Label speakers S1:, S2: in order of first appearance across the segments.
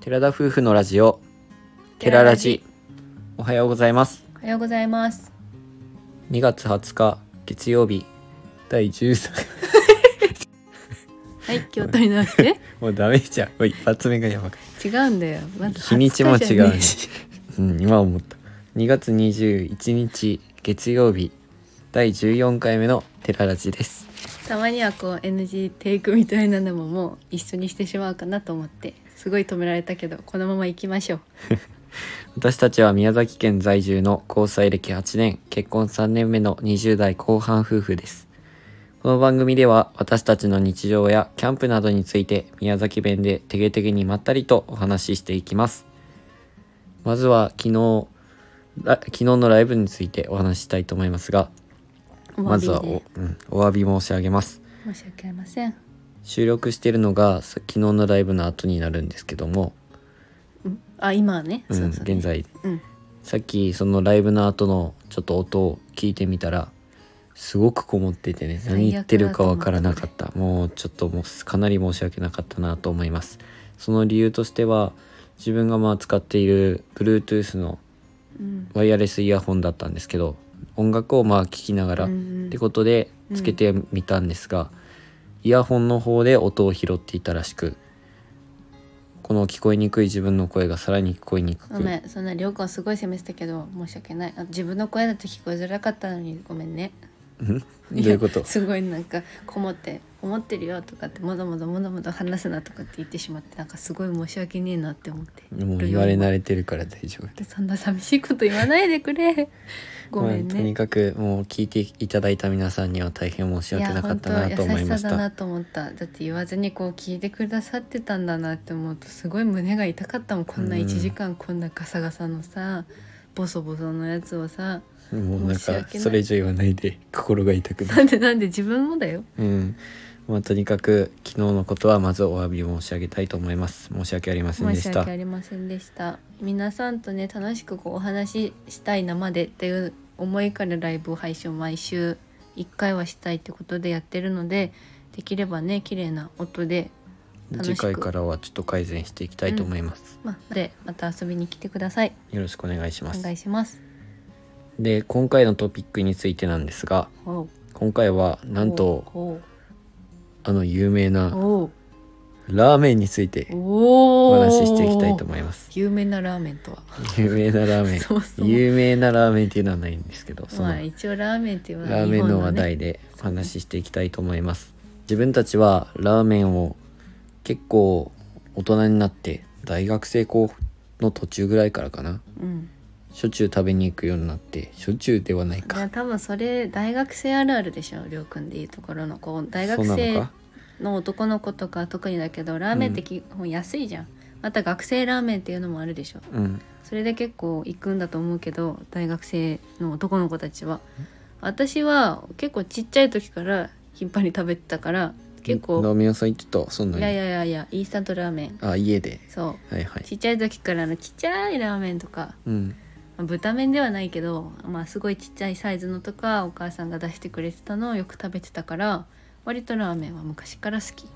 S1: 寺田夫婦のラジオ寺ラジおはようございます
S2: おはようございます
S1: 2月20日月曜日第13
S2: はい気を取り直して
S1: もうダメじゃんもう一発目がやばかっ
S2: 違うんだよまず
S1: 日にちも
S2: 20じゃねえ
S1: 違う
S2: し
S1: たうん今思った2月21日月曜日第14回目の寺ラジです
S2: たまにはこう NG テイクみたいなのももう一緒にしてしまうかなと思ってすごい止められたけどこのまま行きましょう
S1: 私たちは宮崎県在住の交際歴8年、結婚3年目の20代後半夫婦です。この番組では私たちの日常やキャンプなどについて宮崎弁でてげてげにまったりとお話ししていきます。まずは昨日、ら昨日のライブについてお話ししたいと思いますが、
S2: お詫びで
S1: まずはお,、うん、お詫び申し上げます。
S2: 申し訳ありません
S1: 収録しているのがさ昨日のライブの後になるんですけども、
S2: うんあ今はね、
S1: うん、現在
S2: うん
S1: さっきそのライブの後のちょっと音を聞いてみたらすごくこもっててね
S2: 最悪だと
S1: 何言ってるかわからなかったもうちょっともうかなり申し訳なかったなと思いますその理由としては自分がまあ使っている Bluetooth の
S2: うん
S1: ワイヤレスイヤホンだったんですけど音楽をまあ聞きながら
S2: う
S1: っ
S2: ん
S1: てことでつけてみたんですがイヤホンの方で音を拾っていたらしくこの聞こえにくい自分の声がさらに聞こえにく
S2: ご
S1: く
S2: めんそんなりょうくんすごい責めてたけど申し訳ないあ自分の声だと聞こえづらかったのにごめんね
S1: んどういうこと
S2: やすごいなんかこもって「こもってるよ」とかって「もどもどもどもど話すな」とかって言ってしまってなんかすごい申し訳ねえなって思って
S1: もう言われ慣れてるから大丈夫
S2: でそんな寂しいこと言わないでくれごめん
S1: まあとに
S2: ね、
S1: かくもう聞いていただいた皆さんには大変申し
S2: い
S1: 訳
S2: や
S1: なかっ
S2: 本
S1: た
S2: 当
S1: なと思い
S2: 優
S1: ま
S2: し
S1: し
S2: さ
S1: た
S2: だなと思っただって言わずにこう聞いてくださってたんだなって思うとすごい胸が痛かったもんこんな
S1: うん
S2: 1時間こんなガサガサのさボソボソのやつをさ
S1: もうなん
S2: 申し訳
S1: か
S2: ない
S1: それ以上言わないで心が痛くな
S2: な
S1: る
S2: んでなんで自分もだよ
S1: うんまあとにかく昨日のことはまずお詫び申し上げたいと思います申し訳ありませんで
S2: 申し
S1: した
S2: 訳ありませんでした皆さんとね楽しくこうお話ししたい生でっていう思いからライブ配信を毎週1回はしたいってことでやってるのでできればね綺麗な音で、楽し
S1: 次
S2: く
S1: 回からはちょっと改善していきたいと思います、
S2: まあ、でまた遊びに来てください
S1: よろしくお願いしま
S2: お
S1: す
S2: 願いします
S1: で今回のトピックについてなんですが
S2: おう
S1: 今回はなんと
S2: おう
S1: あの有名な
S2: おう
S1: ラーメンについて
S2: お
S1: お
S2: う
S1: 話ししていきたいと思います
S2: 有名なラーメンとは
S1: 有名なラーメン
S2: そもそも
S1: 有名なラーメンっていうのはないんですけどその
S2: まあ
S1: ラ
S2: 一応ラーメンっていうのは
S1: ーメンの話
S2: 日
S1: 題でお話ししていきたいと思います自分たちはラーメンを結構大人になって大学生高の途中ぐらいからかな
S2: 本のね、うん
S1: しょっちゅう食べに行くようになってしょっちゅうではない
S2: いや
S1: か
S2: 多分それ大学生あるあるでしょりょうくんでいうところのこう大
S1: そ
S2: 学
S1: うなの
S2: 生
S1: か
S2: の男の子とかは特にだけどラーメンって基本安いじゃん、また学生ラーメンっていうのもあるでしょ
S1: うん
S2: それで結構行くんだと思うけど大学生の男の子たちは私は結構ちっちゃい時から頻繁に食べてたから結構
S1: 飲み屋さん行ってたそんないに
S2: やいやいやいやインスタントラーメン
S1: あ家で
S2: そ
S1: はいは
S2: う
S1: い
S2: ちっちゃい時からあのちっちゃいラーメンとか
S1: うん
S2: まあ豚麺ではないけど、まあ、すごいちっちゃいサイズのとかお母さんが出してくれてたのをよく食べてたから割とラーメンは昔から好き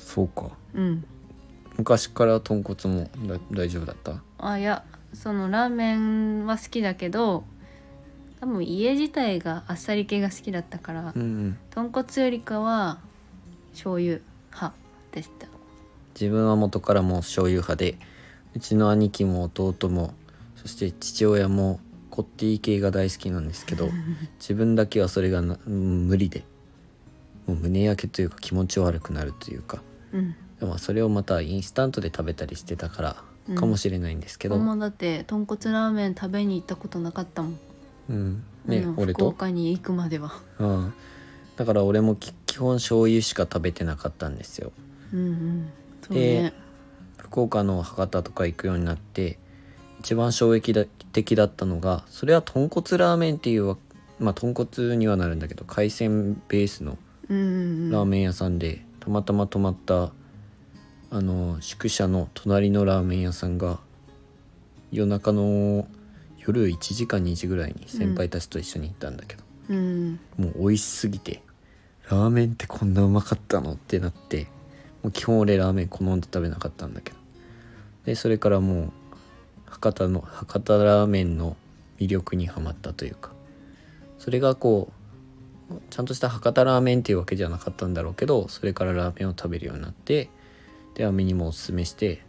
S1: そうか
S2: うん
S1: 昔から豚骨もだ大丈夫だった
S2: あいやそのラーメンは好きだけど多分家自体があっさり系が好きだったから、
S1: うんうん
S2: 豚骨よりかは醤油派でした
S1: 自分は元からもう醤油派でうちの兄貴も弟もそして父親もコッティ系が大好きなんですけ ど自分だけはそれがなうん無理でもう胸焼けというか気持ち悪くなるというか
S2: うん
S1: でもそれをまたインスタントで食べたりしてたから
S2: うん
S1: かもしれないんですけど、
S2: もだって豚骨ラーメン食べに行ったことなかったもん、
S1: うんね
S2: あの
S1: 俺
S2: 福
S1: と、
S2: 岡に行くまでは
S1: うん、だから俺もき基本醤油しか食べてなかったんですよ
S2: うんうんそう
S1: で
S2: ね
S1: 福岡の博多とか行くようになって一番衝撃的だったのがそれは豚骨ラーメンっていうわまあ豚骨にはなるんだけど海鮮ベースの
S2: うんうん
S1: ラー
S2: うん
S1: メン屋さんで、たまたま泊まったあの宿舎の隣のラーメン屋さんが夜中の夜1時か2時ぐらいに先輩たちと一緒に行ったんだけど、
S2: うん
S1: もう美味しすぎてラーメンってこんなうまかったのってなってもう基本俺ラーメン好んで食べなかったんだけどでそれからもう博多の博多ラーメンの魅力にはまったというかそれがこうちゃんとした博多ラーメンっていうわけじゃなかったんだろうけどそれからラーメンを食べるようになってでアメにもおすすめして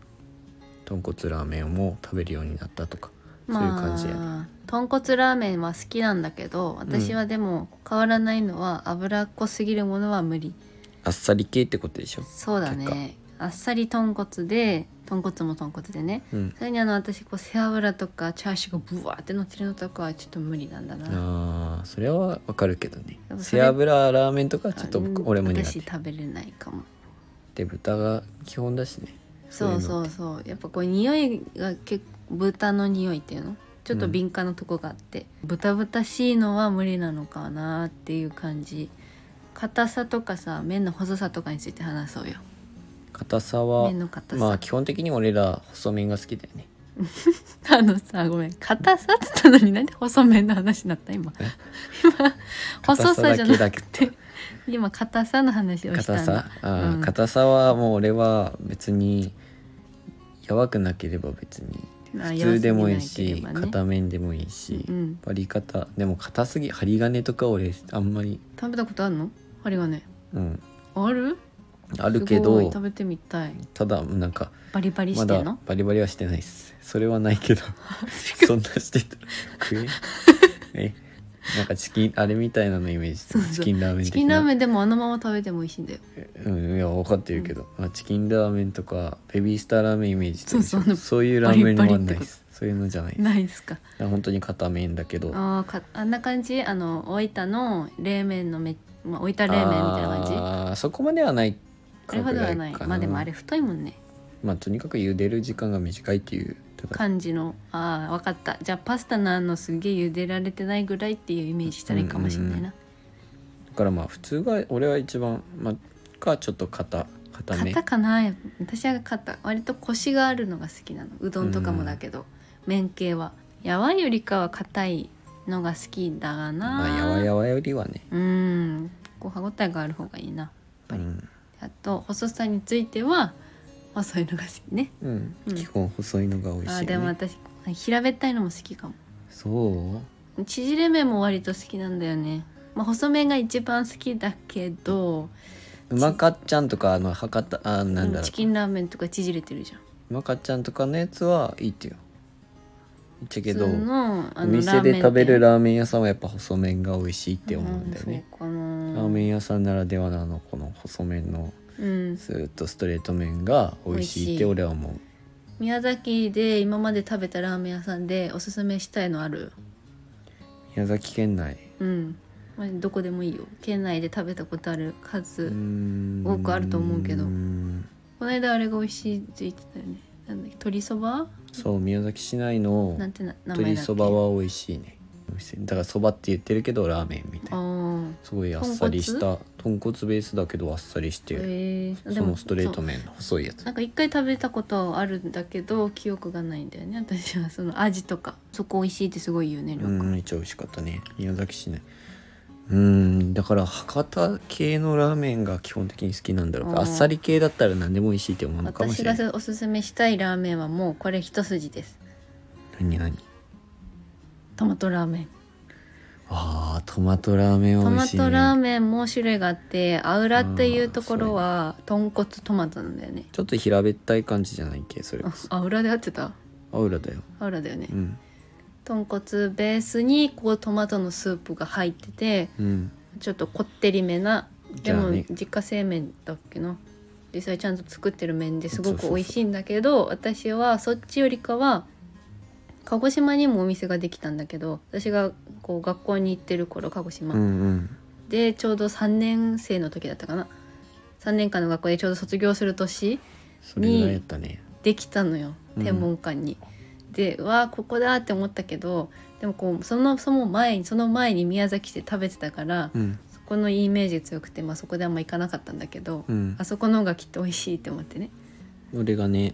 S1: 豚骨ラーメンをもう食べるようになったとかそういう感じやね、
S2: まあ豚骨ラーメンは好きなんだけど私はでも変わらないのは脂っこすぎるものは無理
S1: あっさり系ってことでしょ、
S2: そうだねあっさり豚骨で豚骨も豚骨でね
S1: うん、
S2: それにあの私こう背脂とかチャーシューがブワーって乗ってるのとかはちょっと無理なんだな
S1: あーそれはわかるけどね
S2: でもそれ
S1: 背脂ラーメンとかはちょっと
S2: うん
S1: 僕俺も苦
S2: 私
S1: 手
S2: 食べれないかも
S1: で豚が基本だしねそう
S2: そ
S1: いううの
S2: そうそうやっぱこう匂いが結構豚の匂いっていうのちょっと敏感なとこがあって、豚豚しいのは無理なのかなっていう感じ硬さとかさ麺の細さとかについて話そうよ
S1: 硬さは
S2: 麺の硬さ、
S1: まあ基本的に俺ら細麺が好きだよね
S2: あのさごめん硬さっつったのになんで細麺の話になった今今細さじゃなくて
S1: 硬さだけだ
S2: 今硬さの話をした
S1: 硬
S2: んだ
S1: さあー、
S2: うん
S1: 硬さはもう俺は別にやばくなければ別に
S2: あ
S1: 普通でもいい
S2: 柔
S1: し
S2: らかければね
S1: 片面でもいいし、
S2: うん、
S1: 割り方でも硬すぎ針金とか俺あんまり
S2: 食べたことあるの針金
S1: うん
S2: ある
S1: あるけ
S2: すごい
S1: ど
S2: 食べてみたい
S1: ただなんか
S2: バリバリ
S1: ま
S2: してんの
S1: だバリバリはしてないっすそれはない けどそんなしてたら食え えなんかチキンあれみたいなのイメージ
S2: そうそう
S1: チキンラーメン
S2: チ
S1: 的な
S2: キンラーメンでもあのまま食べても美味しいんだよ
S1: うん、いや分かってるけど、まあ、チキンラーメンとかベビースターラーメンイメージとかでしょ
S2: そうそう
S1: そういうラーメン
S2: バリ
S1: は
S2: バリっ
S1: ない
S2: てこと
S1: ですそういうのじゃないです
S2: ないですか
S1: いや本当に片面だけど
S2: あーかあんな感じあの大分の冷麺のめ、まあ、大分冷麺みたいな感じあ
S1: あーそこまではない
S2: れほどはない
S1: か
S2: まあでもあれ太いもんね
S1: まあとにかく茹でる時間が短いっていうただ
S2: 感じのああわかったじゃあパスタのあのすげえ茹でられてないぐらいっていうイメージしたらいいかもしれないな
S1: だからまあ普通が俺は一番まあかちょっと片片め
S2: 型かなやっぱ私は型割とコシがあるのが好きなのうどんとかもだけど、麺系はやわよりかは硬いのが好きだがな、
S1: まあやわやわよりはね、
S2: うんこう歯ごたえがある方がいいな
S1: う
S2: やっぱり
S1: ん
S2: あと細さについては細いのが好きね
S1: うん
S2: うん
S1: 基本細いのが美味しい、
S2: あ
S1: ね
S2: ーでも私平べったいのも好きかも
S1: そう
S2: 縮れ麺も割と好きなんだよね、まあ、細麺が一番好きだけど、
S1: うまかっちゃんとかあの博多あーなんだろう
S2: チキンラーメンとか縮れてるじゃん
S1: まかちゃんとかのやつはいいってよ言っちゃけど
S2: 普通の
S1: お
S2: あの
S1: 店で食べる
S2: ー
S1: ラーメン屋さんはやっぱ細麺が美味しいって
S2: メン
S1: 思う
S2: 店
S1: んだよね、
S2: うんそうかな
S1: ラーメン屋さんならではのあのこの細麺の
S2: うん
S1: スーッとストレート麺が美味しいって俺は思う
S2: 宮崎で今まで食べたラーメン屋さんでおすすめしたいのある
S1: 宮崎県内
S2: うんまあどこでもいいよ県内で食べたことある数、
S1: うーん
S2: 多くあると思うけど
S1: ーん
S2: この間あれが美味しいって言ってたよねなんだっけ鶏そば
S1: そう宮崎市内の
S2: なんてな名前だっけ
S1: 鶏そばは美味しいねお店だからそばって言ってるけどラーメンみたいな
S2: ああ
S1: すごいあっさりした豚骨ベースだけどあっさりして、
S2: えー、で
S1: そ
S2: も
S1: のストレート
S2: そう
S1: 麺の細いやつ
S2: なんか一回食べたことはあるんだけど記憶がないんだよね私はその味とかそこ美味しいってすごい言うねりょ
S1: う
S2: うく
S1: ん
S2: ん
S1: めっちゃ美味しかったね宮崎市内うんだから博多系のラーメンが基本的に好きなんだろうから
S2: あ
S1: あ
S2: ー
S1: っさり系だったら何でも美味しいって思うのかもし
S2: 私
S1: れ
S2: が
S1: ない
S2: おすすめしたいラーメンはもうこれ一筋です
S1: 何何
S2: トマトラーメン
S1: あートマトラーメン
S2: ト
S1: は美
S2: マ
S1: 味しい、ね、
S2: トラーメンも種類があってアウラっていうところは豚骨トマトなんだよね
S1: ちょっと平べったい感じじゃないっけそれこ
S2: あ
S1: そ
S2: アウラで合ってた
S1: アウラだよ
S2: アウラだよね
S1: うん
S2: 豚骨ベースにこうトマトのスープが入ってて
S1: うん
S2: ちょっとこってりめなで
S1: じゃ
S2: も
S1: あね
S2: 自家製麺だっけな実際ちゃんと作ってる麺ですご
S1: そうそう
S2: く
S1: そう
S2: 美味しいんだけど私はそっちよりかは鹿児島にもお店ができたんだけど私がこう学校に行ってる頃鹿児島、
S1: うんうん
S2: でちょうど3年生の時だったかな3年間の学校でちょうど卒業する年
S1: それぐらいやったね
S2: できたのよ
S1: うん
S2: 天文館に。でわあここだって思ったけどでもこうそのその前にその前に宮崎で食べてたから
S1: うん
S2: そこのイメージ強くて、まあ、そこであんま行かなかったんだけど、
S1: うん
S2: あそこの方がきっと美味しいって思ってね
S1: 俺がね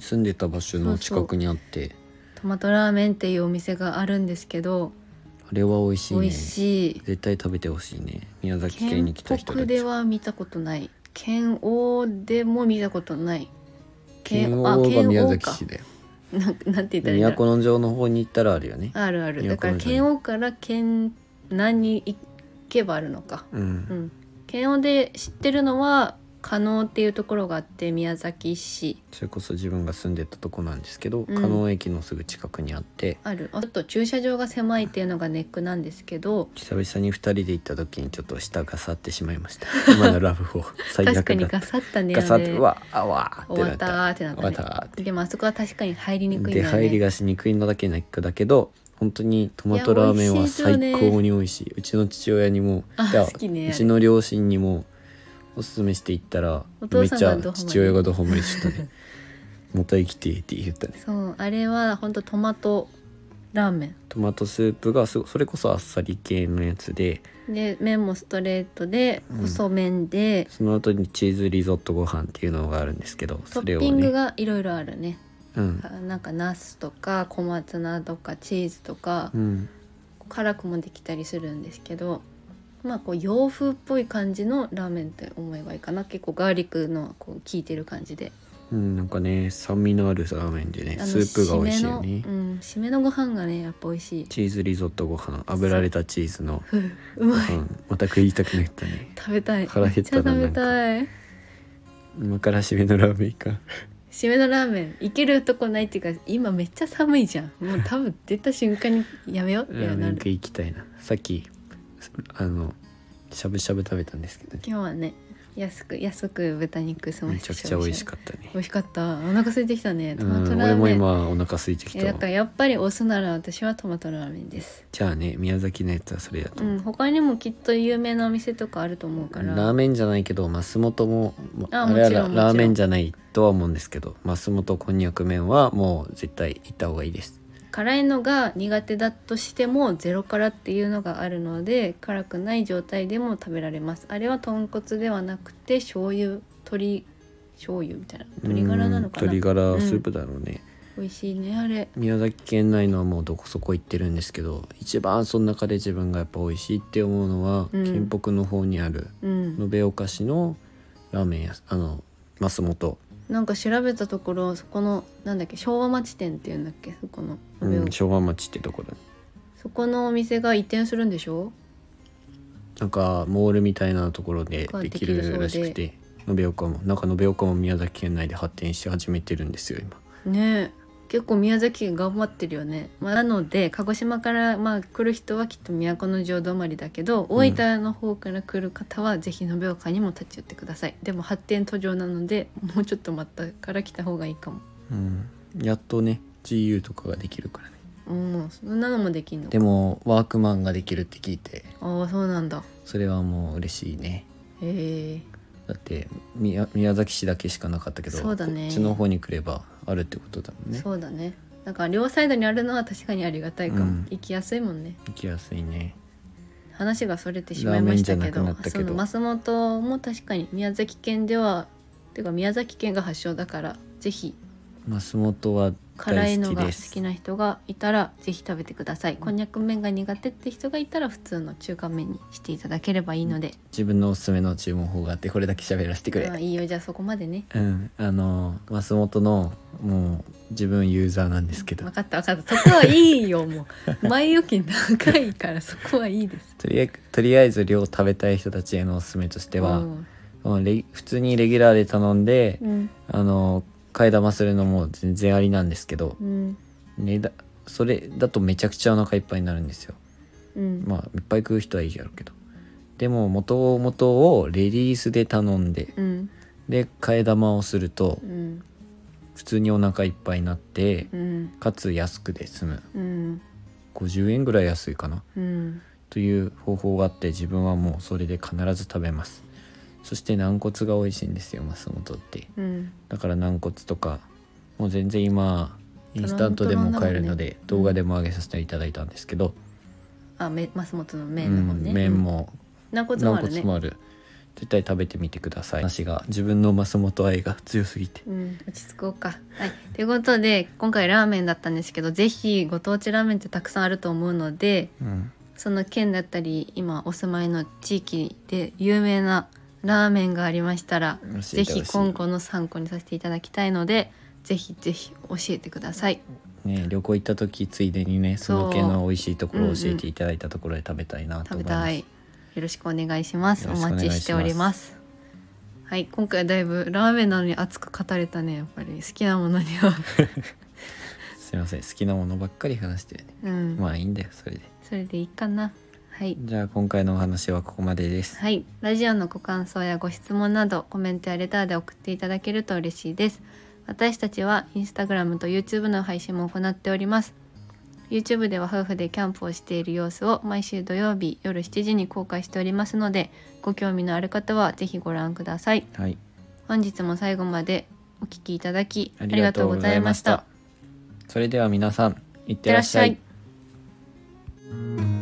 S1: 住んでた場所の近くにあって
S2: トマトラーメンっていうお店があるんですけど
S1: あれは美味しいね
S2: 美味しい
S1: 絶対食べてほしいね宮崎県
S2: 県
S1: に来た人
S2: 北
S1: た
S2: で
S1: ち
S2: は見たことない県央でも見たことない慶
S1: 慶
S2: 応
S1: 応
S2: あ慶
S1: が
S2: 応か
S1: 宮崎市だよ
S2: なんなんて言ったらいいんだろう
S1: 都城の方に行ったらあるよね
S2: あるあるだから
S1: 都城
S2: 県央から県南に行けばあるのか
S1: う
S2: うんん県央で知ってるのは加納っていうところがあって宮崎市
S1: それこそ自分が住んでたとこなんですけど
S2: ん
S1: 加納駅のすぐ近くにあって
S2: あるあちょっと駐車場が狭いっていうのがネックなんですけど
S1: 久々に2人で行った時にちょっと舌がさってしまいま した今のラブホ最悪だっ
S2: 確
S1: た
S2: かにガサったね
S1: ガサ
S2: あ
S1: って
S2: れ
S1: うわあわーって
S2: 終わ
S1: な
S2: っ
S1: ったた
S2: ーってなった
S1: 終わっ
S2: ね
S1: たーって
S2: でもあそこは確かに入りにくいんだ
S1: で
S2: よね
S1: 入りがしにくいのだけネックだけど本当にトマトラーメンは最高に美味しいいうちの父親にも
S2: あ
S1: いや
S2: 好きねあれ
S1: うちの両親にもおすすめして行ったら
S2: お
S1: め
S2: 父
S1: っ
S2: さん
S1: ち
S2: が
S1: ゃ
S2: ドハマり
S1: 父親がドハマりした ねもた生きてえって言ったね
S2: そうあれは本当トマトラーメ
S1: トマトスープがすごそれこそあっさり系のやつで
S2: ンで麺もストレートで
S1: うん
S2: 細麺で、
S1: その後にチーズリゾットご飯っていうのがあるんですけど
S2: ト
S1: それ
S2: ッ
S1: を
S2: ピング
S1: ね、
S2: がいろいろあるね
S1: うん
S2: あなんかナスとか小松菜とかチーズとか
S1: うん、
S2: 辛くもできたりするんですけどまあこう洋風っぽい感じのラーメンって思えばいいかな結構ガーリックのこう効いてる感じで
S1: うん、なんかね酸味のあるラーメンでね
S2: あの
S1: スープが美味しいよね
S2: 締めのうん締めのご飯がねやっぱ美味しい
S1: チーズリゾットご飯炙られたチーズの
S2: ふううまい
S1: うんまた食いたくなったね
S2: 食べたい
S1: 腹減ったな
S2: めっちゃ食べたい
S1: 今から締めのラーメンか
S2: 締めのラーメン行けるとこないっていうか今めっちゃ寒いじゃんもう多分出た瞬間にやめようって
S1: ラーメ
S2: な
S1: ン
S2: る
S1: 食い行きたいなさっきあのしゃぶしゃぶ食べたんですけどね
S2: 今日はね安く安く豚肉すま
S1: め
S2: して
S1: ちゃくちゃ美味しかったね
S2: 美味しかったお腹空いてきたねト
S1: う
S2: マト
S1: ん
S2: ラ
S1: 俺
S2: ー
S1: も
S2: メン、
S1: 今お腹空いてき
S2: えだ
S1: た
S2: から
S1: わ
S2: やっぱり押すなら私はトマトラーメンです
S1: じゃあね宮崎のやつはそれだと
S2: う
S1: 思う、
S2: ん他にもきっと有名なお店とかあると思うから
S1: ラーメンじゃないけどマスモトもも
S2: あ
S1: あれは
S2: もちろんもちろん
S1: ラーメンじゃないとは思うんですけどマスモトこんにゃく麺はもう絶対行った方がいいです
S2: 辛いのが苦手だとしてもゼロ辛っていうのがあるので辛くない状態でも食べられますあれは豚骨ではなくて醤油鶏醤油みたいな鶏ガラなのか
S1: うん
S2: な
S1: 鶏ガラスープだろうね、
S2: 美味しいねあれ
S1: 宮崎県内のはもうどこそこ行ってるんですけど一番その中で自分がやっぱ美味しいって思うのは、
S2: うん
S1: 県北の方にある
S2: うん
S1: 延岡市のラーメン屋あの松本、
S2: なんか調べたところそこのなんだっけ昭和町店っていうんだっけそこの、
S1: うん、昭和町ってところ
S2: そこのお店が移転するんでしょ
S1: なんかモールみたいなところで
S2: が
S1: でき
S2: できるそうで
S1: るらしくて延岡もなんか延岡も宮崎県内で発展し始めてるんですよ今
S2: ねえ結構宮崎頑張ってるよね、まあ、なので鹿児島からまあ来る人はきっと都城止まりだけど、大分の方から来る方はぜひ延岡にも立ち寄ってくださいでも発展途上なのでもうちょっと待ったから来た方がいいかも
S1: うんやっとね GU とかができるからね
S2: うんそんなのもできんの
S1: でもワークマンができるって聞いて
S2: ああそうなんだ
S1: それはもう嬉しいね
S2: へえ
S1: だって宮宮崎市だけしかなかったけど
S2: そうだね
S1: こっちの方に来ればあるってことだもんね
S2: そうだねなんか両サイドにあるのは確かにありがたいかも、
S1: うん
S2: 行きやすいもんね
S1: 行きやすいね
S2: 話がそれてしまいましたけど
S1: ラーメンじゃなくなったけど
S2: その松本も確かに宮崎県ではてか宮崎県が発祥だからぜひ
S1: 松本は
S2: 辛い
S1: 大好
S2: の
S1: き
S2: が
S1: で
S2: 好
S1: す
S2: きな人がいたらぜひ食べてください、こんにゃく麺が苦手って人がいたら普通の中華麺にしていただければいいので、
S1: 自分のおすすめの注文法があってこれだけ喋らせてくれ
S2: まあいいよじゃあそこまでね
S1: うんあの松本のもう自分ユーザーなんですけど
S2: 分かった分かったそこはいいよも う前置き長いからそこはいいです
S1: とりあえずとりあえず量食べたい人たちへのおすすめとしては、
S2: うん
S1: うんレギ普通にレギュラーで頼んで
S2: うん
S1: あの替え玉するのも全然ありなんですけど、
S2: うん
S1: ね、だそれだとめちゃくちゃお腹いっぱいになるんですよ
S2: うん
S1: まあいっぱい食う人はいいやろうけどでも元々をレディースで頼んで
S2: うん
S1: で替え玉をすると
S2: うん
S1: 普通にお腹いっぱいになって
S2: うん
S1: かつ安くで済む
S2: うん
S1: 50円ぐらい安いかな
S2: うん
S1: という方法があって自分はもうそれで必ず食べますそして軟骨が美味しいんですよ松本って
S2: うん
S1: だから軟骨とかもう全然今インスタントでも買えるので
S2: トロントロンだもんね
S1: 動画でも上げさせていただいたんですけど、
S2: あめ松本の
S1: う
S2: 麺の方
S1: ん
S2: ね、
S1: 麺も
S2: 軟骨も
S1: 軟
S2: ある
S1: 骨
S2: ね
S1: もある絶対食べてみてください話が自分の松本愛が強すぎて
S2: うん、落ち着こうか。はい、ということで今回ラーメンだったんですけどぜひご当地ラーメンってたくさんあると思うので
S1: うん
S2: その県だったり今お住まいの地域で有名なラーメンがありましたら
S1: 教えてほしい
S2: ぜひ今後の参考にさせていただきたいのでぜひぜひ教えてください
S1: ね、旅行行った時ついでにねその系の美味しいところを教
S2: うん
S1: え
S2: うん
S1: ていただいたところで食べたいなと
S2: 食
S1: 思
S2: べ
S1: います、
S2: たいよろしくお願いします
S1: よ
S2: お
S1: ろしくお願いし
S2: 待
S1: ます
S2: ちしておりますはい今回だいぶラーメンなのに熱く語れたねやっぱり好きなものには
S1: すいません好きなものばっかり話してね
S2: うん、
S1: まあいいんだよそれで
S2: それでいいかなはい
S1: じゃあ今回のお話はここまでです
S2: はいラジオのご感想やご質問などコメントやレターで送っていただけると嬉しいです私たちはインスタグラムと YouTube の配信も行っております YouTube では夫婦でキャンプをしている様子を毎週土曜日夜7時に公開しておりますのでご興味のある方はぜひご覧ください
S1: はい
S2: 本日も最後までお聞きいただき
S1: ありがとうございました
S2: ありがとうございま
S1: それでは皆さんいっ
S2: してたい
S1: ら
S2: ら
S1: っ
S2: っ
S1: し
S2: し
S1: ゃ
S2: ゃ
S1: い
S2: い